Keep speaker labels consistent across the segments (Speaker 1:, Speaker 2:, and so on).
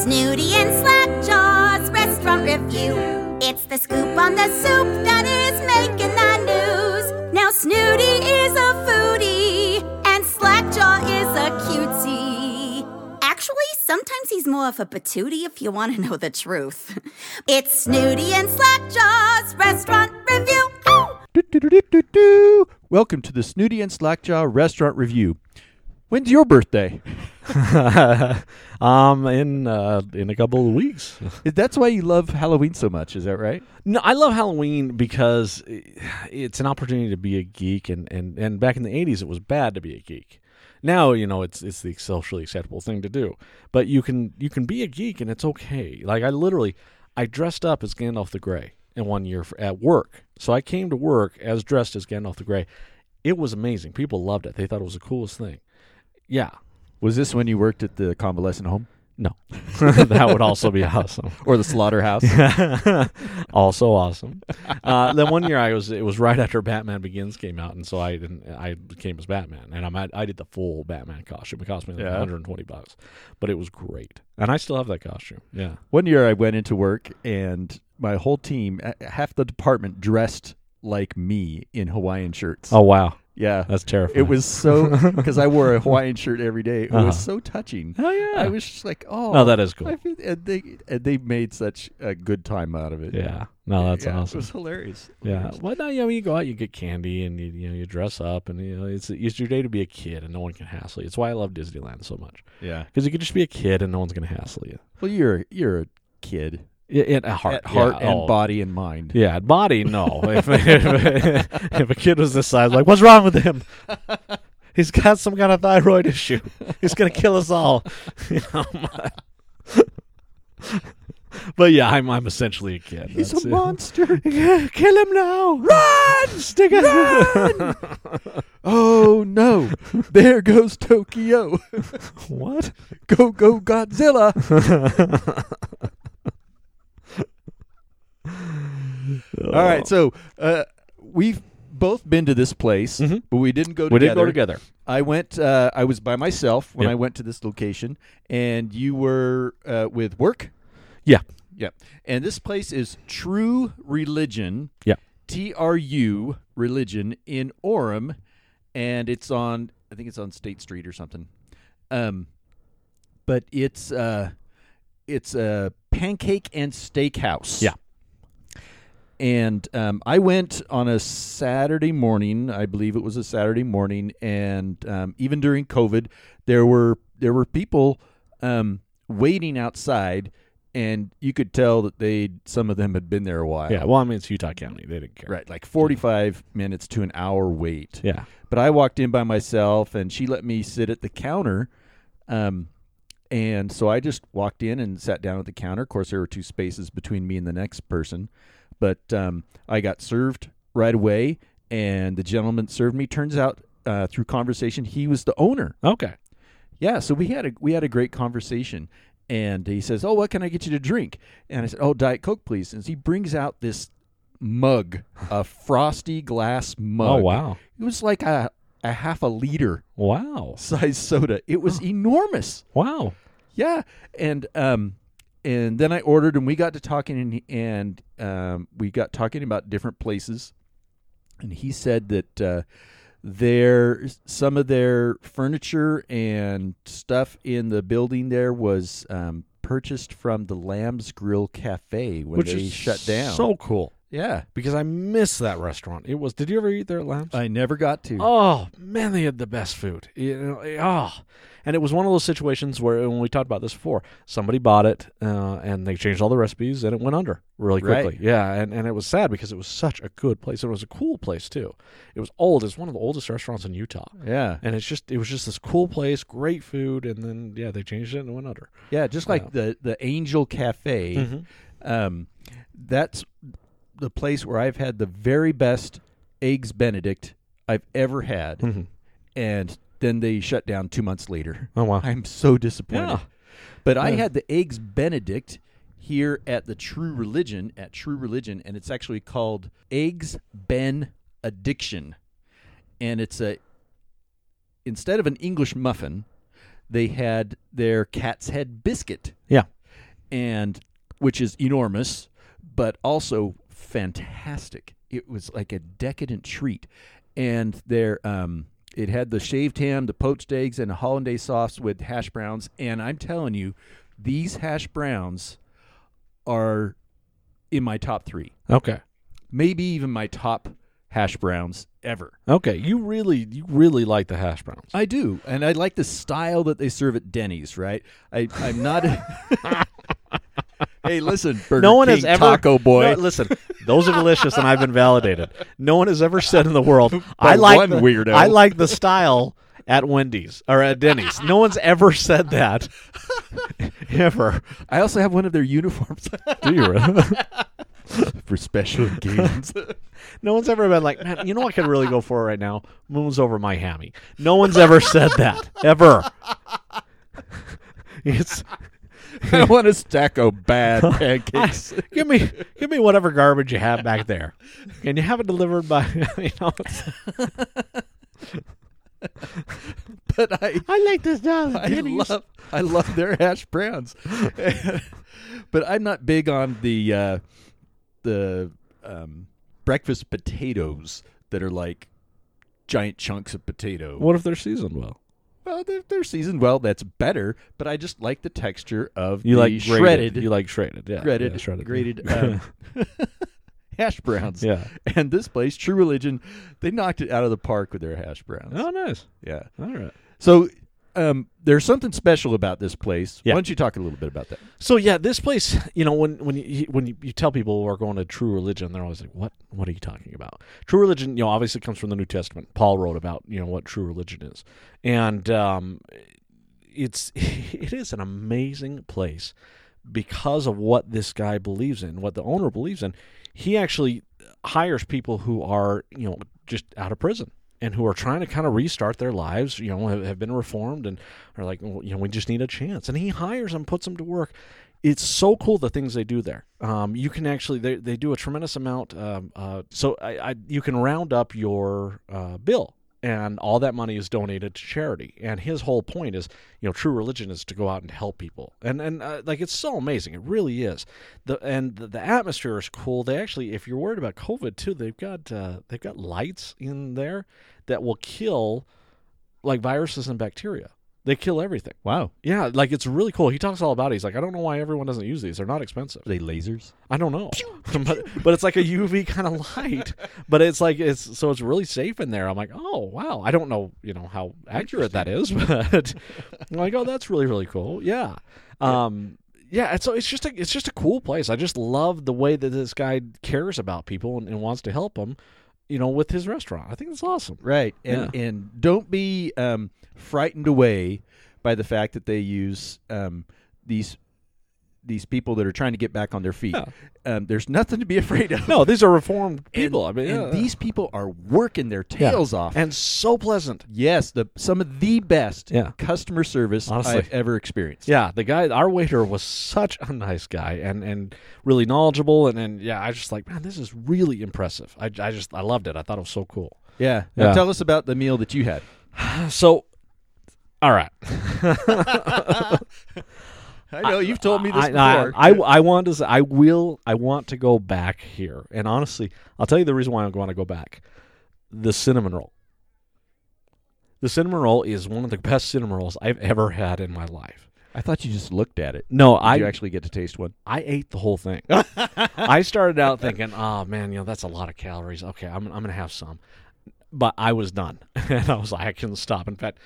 Speaker 1: Snooty and Slackjaw's restaurant review. It's the scoop on the soup that is making the news. Now Snooty is a foodie and Slackjaw is a cutie. Actually, sometimes he's more of a patootie if you want to know the truth. it's Snooty and Slackjaw's restaurant review. Ow!
Speaker 2: Do-do-do-do-do-do. Welcome to the Snooty and Slackjaw Restaurant Review. When's your birthday?
Speaker 3: um, in uh, in a couple of weeks.
Speaker 2: That's why you love Halloween so much, is that right?
Speaker 3: No, I love Halloween because i- it's an opportunity to be a geek, and, and, and back in the '80s, it was bad to be a geek. Now you know it's it's the socially acceptable thing to do, but you can you can be a geek and it's okay. Like I literally, I dressed up as Gandalf the Grey in one year for, at work, so I came to work as dressed as Gandalf the Grey. It was amazing. People loved it. They thought it was the coolest thing. Yeah,
Speaker 2: Was this when you worked at the convalescent home
Speaker 3: no, that would also be awesome.
Speaker 2: or the slaughterhouse?
Speaker 3: also awesome. Uh, then one year I was it was right after Batman Begins came out, and so I didn't I became as Batman, and I'm, I did the full Batman costume. It cost me like
Speaker 2: Yeah.
Speaker 3: 120 bucks, but it was great, and I still have that costume. Yeah,
Speaker 2: One year I went into work and my whole team, a- half the department dressed like me in Hawaiian shirts.
Speaker 3: Oh wow,
Speaker 2: yeah.
Speaker 3: that's terrifying.
Speaker 2: It was so because I wore a Hawaiian shirt every day. It
Speaker 3: Uh-huh.
Speaker 2: was so touching.
Speaker 3: Oh, yeah.
Speaker 2: I was just like, oh,
Speaker 3: No, that is cool.
Speaker 2: I feel, and they and they made such a good time out of it.
Speaker 3: yeah. No, that's
Speaker 2: Yeah, It
Speaker 3: awesome.
Speaker 2: was hilarious.
Speaker 3: Yeah.
Speaker 2: Hilarious.
Speaker 3: Well, no, you know, you go out, you get candy, and you, you know, you dress up, and you know, it's it's your day to be a kid, and no one can hassle you. It's why I love Disneyland so much
Speaker 2: yeah.
Speaker 3: because you can just be a kid, and no one's gonna hassle you.
Speaker 2: Well, you're you're a kid
Speaker 3: Yeah, and at heart,
Speaker 2: at heart
Speaker 3: yeah,
Speaker 2: and
Speaker 3: oh,
Speaker 2: body and mind.
Speaker 3: Yeah, body, no. if, if, if a kid was this size, like, what's wrong with him? He's got some kind of thyroid issue. He's gonna kill us all. You know, my- but yeah, I'm I'm essentially a kid.
Speaker 2: He's
Speaker 3: That's
Speaker 2: a
Speaker 3: it.
Speaker 2: monster.
Speaker 3: Kill him now! Run, stick it.
Speaker 2: oh no! There goes Tokyo.
Speaker 3: what?
Speaker 2: go go Godzilla.
Speaker 3: Oh.
Speaker 2: All right, so uh, we've both been to this place, but we didn't go.
Speaker 3: Mm-hmm. we
Speaker 2: together.
Speaker 3: did go together.
Speaker 2: I went. Uh, I was by myself when
Speaker 3: Yep.
Speaker 2: I went to this location, and you were uh, with work.
Speaker 3: Yeah,
Speaker 2: Yeah, and this place is True Religion.
Speaker 3: yeah.
Speaker 2: T R U Religion in Orem, and it's on I think it's on State Street or something. Um, but it's uh, it's a pancake and steakhouse.
Speaker 3: Yeah.
Speaker 2: And um, I went on a Saturday morning. I believe it was a Saturday morning, and um, even during COVID, there were there were people um, waiting outside, and you could tell that they some of them had been there a while.
Speaker 3: Yeah. Well, I mean, it's Utah County. They didn't care.
Speaker 2: Right, like 45 minutes to an hour wait.
Speaker 3: Yeah.
Speaker 2: But I walked in by myself and she let me sit at the counter. Um, and so I just walked in and sat down at the counter. Of course, there were two spaces between me and the next person. But um, I got served right away, and the gentleman served me. Turns out, uh, through conversation, he was the owner.
Speaker 3: Okay. Oh,
Speaker 2: Yeah, so we had a we had a great conversation, and he says, "Oh, what can I get you to drink?" And I said, "Oh, diet coke, please." And he brings out this mug, a frosty glass mug.
Speaker 3: Oh wow.
Speaker 2: It was like a a half a liter
Speaker 3: Wow.
Speaker 2: size soda. It was enormous.
Speaker 3: Wow.
Speaker 2: Yeah, and um, and then I ordered, and we got to talking, and he- and um, we got talking about different places, and he said that uh, their some of their furniture and stuff in the building there was um, purchased from the Lamb's Grill Cafe when
Speaker 3: Which
Speaker 2: they
Speaker 3: is
Speaker 2: shut down.
Speaker 3: So cool.
Speaker 2: yeah,
Speaker 3: because I miss that restaurant. It was. Did you ever eat there at Lambs?
Speaker 2: I never got to.
Speaker 3: oh man, they had the best food. You know, eh, oh, and it was one of those situations where when we talked about this before, somebody bought it uh, and they changed all the recipes and it went under really
Speaker 2: Right.
Speaker 3: quickly. Yeah, and, and it was sad because it was such a good place. It was a cool place too. It was old. It's one of the oldest restaurants in Utah.
Speaker 2: Yeah,
Speaker 3: And it's just it was just this cool place, great food, and then yeah, they changed it and it went under.
Speaker 2: yeah, just like the the Angel Cafe. Um, that's the place where I've had the very best eggs Benedict I've ever had, and then they shut down two months later.
Speaker 3: Oh wow.
Speaker 2: I'm so disappointed.
Speaker 3: Yeah.
Speaker 2: But I had the eggs Benedict here at the True Religion at True Religion, and it's actually called Eggs Ben Addiction, and it's a instead of an English muffin, they had their cat's head biscuit
Speaker 3: yeah.
Speaker 2: and which is enormous, but also fantastic. It was like a decadent treat, and their um, it had the shaved ham, the poached eggs, and a hollandaise sauce with hash browns. And I'm telling you, these hash browns are in my top three,
Speaker 3: Okay.
Speaker 2: maybe even my top hash browns ever.
Speaker 3: Okay. You really, you really like the hash browns.
Speaker 2: I do, and I like the style that they serve at Denny's. Right? I, I'm not. hey, listen, Burger
Speaker 3: no one
Speaker 2: King,
Speaker 3: has ever
Speaker 2: Taco Boy.
Speaker 3: No, listen, those are delicious, and I've been validated. No one has ever said in the world,
Speaker 2: By
Speaker 3: "I like
Speaker 2: one
Speaker 3: the,
Speaker 2: weirdo."
Speaker 3: I like the style at Wendy's or at Denny's." No one's ever said that, ever.
Speaker 2: I also have one of their uniforms
Speaker 3: Do you? Really?
Speaker 2: for special games.
Speaker 3: no one's ever been like, "Man, you know what I could really go for right now? Moons over my hammy." No one's ever said that ever. It's
Speaker 2: I want a stack of bad pancakes.
Speaker 3: give me give me whatever garbage you have back there. Can you have it delivered by? You know, it's-
Speaker 2: but I,
Speaker 3: I like this dog.
Speaker 2: I love, I love their hash browns. but I'm not big on the uh, the um, breakfast potatoes that are like giant chunks of potato.
Speaker 3: What if they're seasoned well?
Speaker 2: Well, they're, they're seasoned well. That's better. But I just like the texture of
Speaker 3: You
Speaker 2: the
Speaker 3: like grated.
Speaker 2: shredded,
Speaker 3: You like shredded. Yeah.
Speaker 2: shredded,
Speaker 3: yeah, shredded.
Speaker 2: grated um, hash browns.
Speaker 3: Yeah.
Speaker 2: And this place, True Religion, they knocked it out of the park with their hash browns.
Speaker 3: Oh, nice.
Speaker 2: Yeah.
Speaker 3: All right.
Speaker 2: So um, there's something special about this place.
Speaker 3: Yeah.
Speaker 2: Why don't you talk a little bit about that?
Speaker 3: So yeah, this place, you know, when when you when you, you tell people we're going to True Religion, they're always like, "What? What are you talking about?" True Religion, you know, obviously comes from the New Testament. Paul wrote about you know what true religion is, and um, it's it is an amazing place because of what this guy believes in, what the owner believes in. He actually hires people who are you know just out of prison and who are trying to kind of restart their lives. You know, have, have been reformed and are like, well, you know, we just need a chance. And he hires them, puts them to work. It's so cool the things they do there. Um, you can actually they, they do a tremendous amount. Um, uh, so I, I you can round up your uh, bill and all that money is donated to charity. And his whole point is, you know, true religion is to go out and help people, and and uh, like it's so amazing, it really is. The and the, the atmosphere is cool. They actually, if you're worried about COVID too, they've got uh, they've got lights in there that will kill like viruses and bacteria. They kill everything.
Speaker 2: Wow.
Speaker 3: Yeah, like it's really cool. He talks all about it. He's like, I don't know why everyone doesn't use these. They're not expensive.
Speaker 2: Are they lasers?
Speaker 3: I don't know, but, but it's like a UV kind of light. But it's like it's so it's really safe in there. I'm like, oh wow, I don't know, you know how accurate that is, but I'm like, oh that's really really cool. Yeah, um, yeah. It's so it's just a it's just a cool place. I just love the way that this guy cares about people and, and wants to help them, you know, with his restaurant. I think that's awesome.
Speaker 2: Right. And and don't be um, frightened away by the fact that they use um, these these people that are trying to get back on their feet.
Speaker 3: Yeah.
Speaker 2: Um, there's nothing to be afraid of.
Speaker 3: No, these are reformed
Speaker 2: And-
Speaker 3: people. I mean,
Speaker 2: and
Speaker 3: yeah.
Speaker 2: these people are working their
Speaker 3: Yeah.
Speaker 2: tails off.
Speaker 3: and so pleasant.
Speaker 2: yes, the some of the best
Speaker 3: Yeah.
Speaker 2: customer service
Speaker 3: Honestly.
Speaker 2: I've ever experienced.
Speaker 3: Yeah, the guy, our waiter was such a nice guy and and really knowledgeable and and yeah, I was just like, man, this is really impressive. I, I just I loved it. I thought it was so cool.
Speaker 2: Yeah. Now
Speaker 3: Yeah.
Speaker 2: tell us about the meal that you had.
Speaker 3: So, all right,
Speaker 2: I know you've told me this
Speaker 3: I,
Speaker 2: before.
Speaker 3: I, I I wanted to say, I will I want to go back here, and honestly, I'll tell you the reason why I want to go back. The cinnamon roll. The cinnamon roll is one of the best cinnamon rolls I've ever had in my life.
Speaker 2: I thought you just looked at it.
Speaker 3: No,
Speaker 2: Did
Speaker 3: I
Speaker 2: you actually get to taste one?
Speaker 3: I ate the whole thing. I started out thinking, oh man, you know that's a lot of calories. Okay, I'm I'm gonna have some, but I was done, and I was like, I couldn't stop. In fact,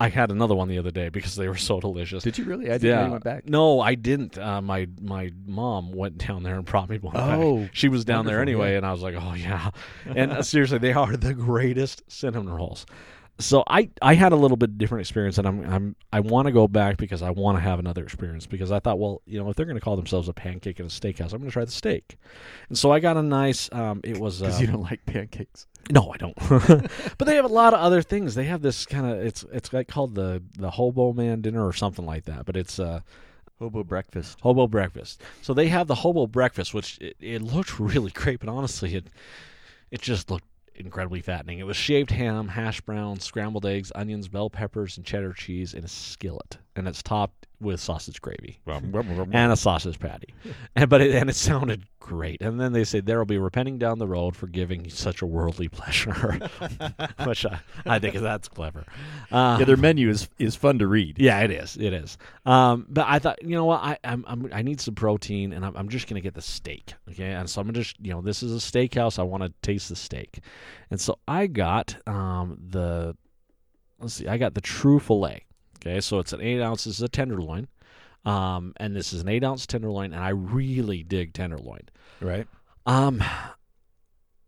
Speaker 3: I had another one the other day because they were so delicious.
Speaker 2: Did you really? I didn't know
Speaker 3: Yeah.
Speaker 2: you went back.
Speaker 3: No, I didn't. Uh, my my mom went down there and brought me one. back.
Speaker 2: Oh,
Speaker 3: she was down there
Speaker 2: wonderful,
Speaker 3: anyway, and I was like, oh yeah. And uh, seriously, they are the greatest cinnamon rolls. So I, I had a little bit different experience, and I'm I'm I want to go back because I want to have another experience because I thought, well, you know, if they're going to call themselves a pancake and a steakhouse, I'm going to try the steak. And so I got a nice. Um, it was um,
Speaker 2: don't like pancakes.
Speaker 3: no, I don't. but they have a lot of other things. They have this kind of it's it's like called the the hobo man dinner or something like that. But it's uh
Speaker 2: Hobo breakfast.
Speaker 3: Hobo breakfast. So they have the hobo breakfast, which it, it looked really great, but honestly, it it just looked incredibly fattening. It was shaved ham, hash browns, scrambled eggs, onions, bell peppers, and cheddar cheese in a skillet. and it's topped with sausage gravy
Speaker 2: and
Speaker 3: and a sausage patty. And but it, and it sounded great. And then they say there will be repenting down the road for giving such a worldly pleasure, which I, I think that's clever. Uh,
Speaker 2: yeah, their menu is is fun to read.
Speaker 3: yeah, it is. It is. Um, but I thought, you know what? I I'm, I'm, I need some protein, and I'm, I'm just gonna get the steak. Okay, and so I'm gonna just, you know, this is a steakhouse. I want to taste the steak, and so I got um, the let's see, I got the true fillet. Okay, so it's an eight ounce. This is a tenderloin, um, and this is an eight ounce tenderloin, and I really dig tenderloin.
Speaker 2: Right.
Speaker 3: Um,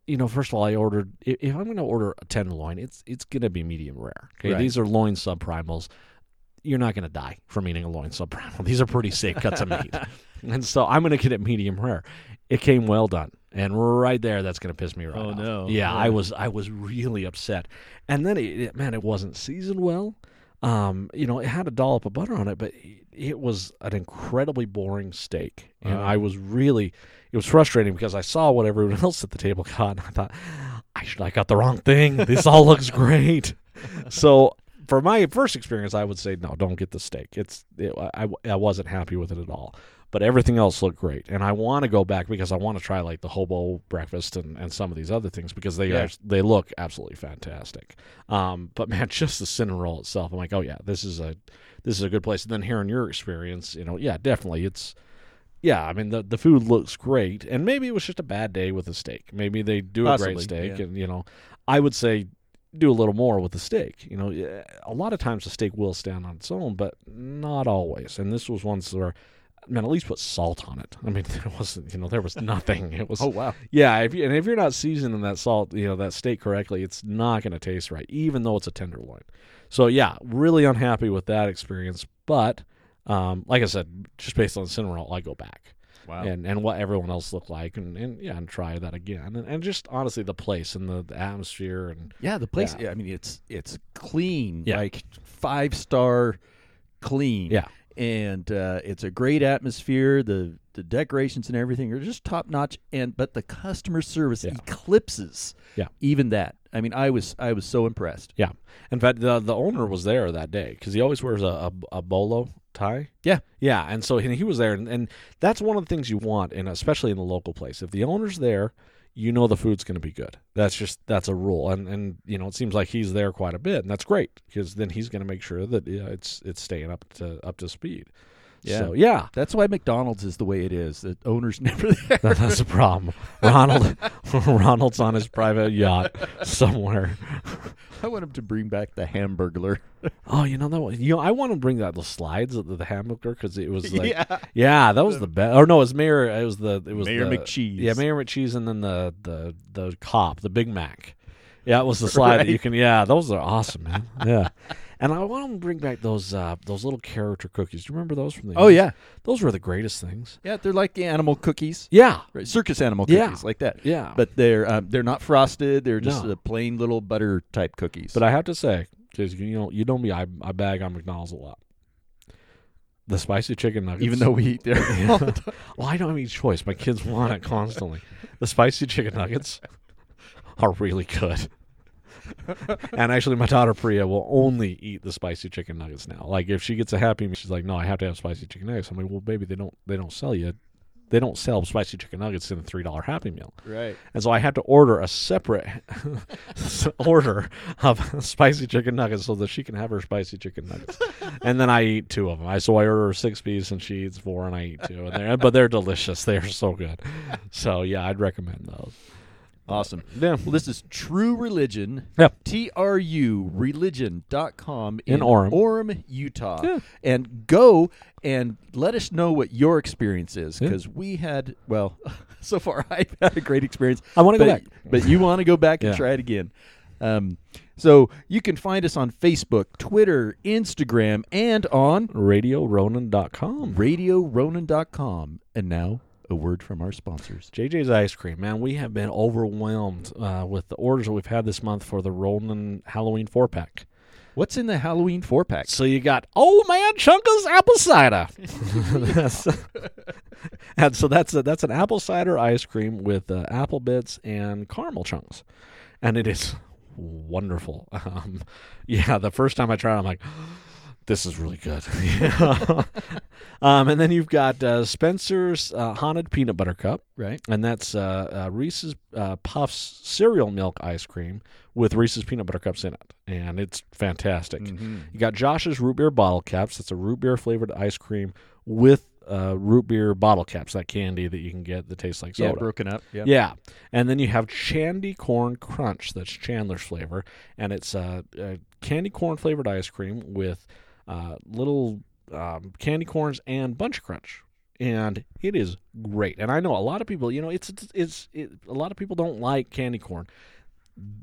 Speaker 3: you know, first of all, I ordered. i- If I'm going to order a tenderloin, it's it's going to be medium rare. Okay,
Speaker 2: Right.
Speaker 3: these are loin subprimals. You're not going to die from eating a loin subprimal. These are pretty safe cuts of meat, and so I'm going to get it medium rare. It came well done, and right there, that's going to piss me right
Speaker 2: Oh,
Speaker 3: off.
Speaker 2: no.
Speaker 3: Yeah,
Speaker 2: Yeah.
Speaker 3: I was I was really upset, and then it, it man, it wasn't seasoned well. Um, you know, it had a dollop of butter on it, but it- it was an incredibly boring steak, and
Speaker 2: Wow.
Speaker 3: I was really it was frustrating because I saw what everyone else at the table got, and I thought, I should I got the wrong thing. This all looks great. So for my first experience, I would say no, don't get the steak. It's it, I I wasn't happy with it at all. But everything else looked great, and I want to go back because I want to try like the hobo breakfast and, and some of these other things because they
Speaker 2: Yeah.
Speaker 3: are they look absolutely fantastic. Um, but man, just the cinnamon roll itself, I'm like, oh yeah, this is a this is a good place. And then hearing your experience, you know, yeah, definitely, it's yeah, I mean the the food looks great, and maybe it was just a bad day with the steak. Maybe they do a
Speaker 2: Possibly,
Speaker 3: great steak,
Speaker 2: yeah.
Speaker 3: and you know, I would say do a little more with the steak. You know, yeah, a lot of times the steak will stand on its own, but not always. And this was one where, man, at least put salt on it. I mean, there wasn't, you know, there was nothing. It was,
Speaker 2: Oh wow.
Speaker 3: yeah, if you, and if you're not seasoning that salt, you know, that steak correctly, it's not going to taste right, even though it's a tenderloin. So yeah, really unhappy with that experience, but. Um, like I said, just based on the cinnamon roll, I go back
Speaker 2: Wow.
Speaker 3: and and what everyone else looked like and, and yeah and try that again and, and just honestly the place and the, the atmosphere and
Speaker 2: yeah, the place.
Speaker 3: Yeah.
Speaker 2: Yeah. I mean, it's it's clean,
Speaker 3: Yeah.
Speaker 2: like five star clean.
Speaker 3: Yeah.
Speaker 2: and uh, it's a great atmosphere. The the decorations and everything are just top notch. And but the customer service
Speaker 3: Yeah.
Speaker 2: eclipses.
Speaker 3: Yeah.
Speaker 2: even that. I mean, I was I was so impressed.
Speaker 3: yeah in fact the the owner was there that day because he always wears a, a, a bolo tie
Speaker 2: Yeah.
Speaker 3: yeah and so he he was there and, and that's one of the things you want and especially in the local place if the owner's there you know the food's going to be good that's just that's a rule and and you know it seems like he's there quite a bit and that's great because then he's going to make sure that yeah, it's it's staying up to up to speed
Speaker 2: Yeah.
Speaker 3: so yeah
Speaker 2: That's why McDonald's is the way it is. The owner's never there.
Speaker 3: That- that's a problem. Ronald, Ronald's on his private yacht somewhere.
Speaker 2: I want him to bring back the Hamburglar.
Speaker 3: Oh, you know that one. You know, I want to bring that the slides of the, the hamburger because it was like, yeah.
Speaker 2: yeah,
Speaker 3: that was the best. Or no, it was Mayor. It was the it was
Speaker 2: Mayor
Speaker 3: the-
Speaker 2: McCheese.
Speaker 3: Yeah, Mayor McCheese, and then the the the cop, the Big Mac. Yeah, it was the slide that you can. Yeah, those are awesome, man. Yeah, and I want to bring back those uh those little character cookies. Do you remember those from the?
Speaker 2: Oh yeah,
Speaker 3: those were the greatest things.
Speaker 2: yeah. They're like the animal cookies,
Speaker 3: Yeah,
Speaker 2: right. circus animal cookies,
Speaker 3: Yeah.
Speaker 2: like that.
Speaker 3: yeah.
Speaker 2: But they're um, they're not frosted. They're just
Speaker 3: No.
Speaker 2: uh, plain little butter type cookies.
Speaker 3: But I have to say, because you know, you know me, I, I bag on McDonald's a lot. The spicy chicken nuggets.
Speaker 2: even though we eat there all the time.
Speaker 3: well, I don't have any choice. My kids want it constantly. The spicy chicken nuggets are really good. and actually, my daughter Priya will only eat the spicy chicken nuggets now. Like if she gets a happy meal, she's like, "No, I have to have spicy chicken nuggets." I'm like, "Well, baby, they don't they don't sell you, they don't sell spicy chicken nuggets in a three dollar happy meal."
Speaker 2: right.
Speaker 3: And so I had to order a separate order of spicy chicken nuggets so that she can have her spicy chicken nuggets. and then I eat two of them. I so I order her six piece and she eats four and I eat two. And they're, but they're delicious. They are so good. So yeah, I'd recommend those.
Speaker 2: Awesome.
Speaker 3: Yeah.
Speaker 2: Well, this is True Religion.
Speaker 3: Yeah.
Speaker 2: T R U religion.com in,
Speaker 3: In Orem.
Speaker 2: Orem, Utah.
Speaker 3: Yeah.
Speaker 2: And go and let us know what your experience is
Speaker 3: Yeah.
Speaker 2: because we had, well, so far I've had a great experience.
Speaker 3: I wanna go
Speaker 2: but-
Speaker 3: back.
Speaker 2: But you want to go back and
Speaker 3: Yeah.
Speaker 2: try it again. Um, so you can find us on Facebook, Twitter, Instagram, and on
Speaker 3: RadioRonan.com.
Speaker 2: RadioRonan.com. And now a word from our sponsors.
Speaker 3: JJ's Ice Cream, man, we have been overwhelmed uh, with the orders that we've had this month for the Ronan Halloween four pack.
Speaker 2: What's in the Halloween four pack?
Speaker 3: So you got old man Chunka's apple cider. That's- and so that's a, that's an apple cider ice cream with uh, apple bits and caramel chunks, and it is wonderful. Um, yeah, the first time I tried, it, I'm like. this is really good. um, and then you've got uh, Spencer's uh, Haunted Peanut Butter Cup,
Speaker 2: Right.
Speaker 3: and that's uh, uh, Reese's uh, Puffs cereal milk ice cream with Reese's Peanut Butter Cups in it, and it's fantastic. You got Josh's Root Beer Bottle Caps. That's a root beer flavored ice cream with uh, root beer bottle caps, that candy that you can get that tastes like
Speaker 2: Yeah,
Speaker 3: soda.
Speaker 2: broken up. Yeah.
Speaker 3: Yeah, and then you have Chandy Corn Crunch. That's Chandler's flavor, and it's uh, uh, candy corn flavored ice cream with uh, little um, candy corns and bunch crunch, and it is great. And I know a lot of people. You know, it's it's, it's it, a lot of people don't like candy corn.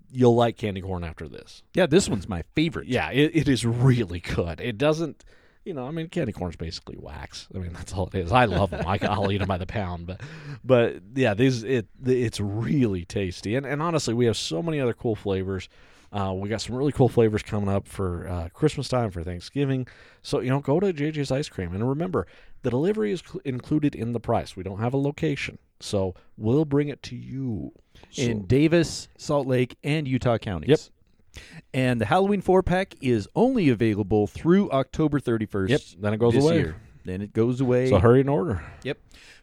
Speaker 3: You'll like candy corn after this.
Speaker 2: Yeah, this one's my favorite.
Speaker 3: Yeah, it, it is really good. It doesn't, you know, I mean, candy corn's basically wax. I mean, that's all it is. I love them. I, I'll eat them by the pound, but, but yeah, these it it's really tasty. And and honestly, we have so many other cool flavors. Uh, we got some really cool flavors coming up for uh, Christmas time, for Thanksgiving. So you know, go to JJ's Ice Cream, and remember, the delivery is cl- included in the price. We don't have a location, so we'll bring it to you. So-
Speaker 2: in Davis, Salt Lake, and Utah counties. Yep. And the Halloween four pack is only available through October 31st.
Speaker 3: Yep, then it goes
Speaker 2: this
Speaker 3: away.
Speaker 2: year. Then it goes away.
Speaker 3: so hurry and order.
Speaker 2: Yep.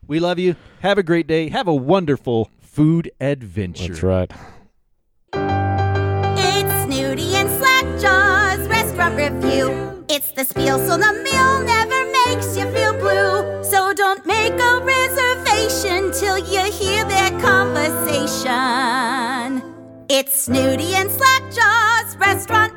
Speaker 2: We love you. Have a great day. Have a wonderful food adventure.
Speaker 3: That's right.
Speaker 1: It's Snooty and Slackjaw's restaurant review. It's the spiel, so the meal never makes you feel blue. So don't make a reservation till you hear their conversation. It's Snooty and Slackjaw's restaurant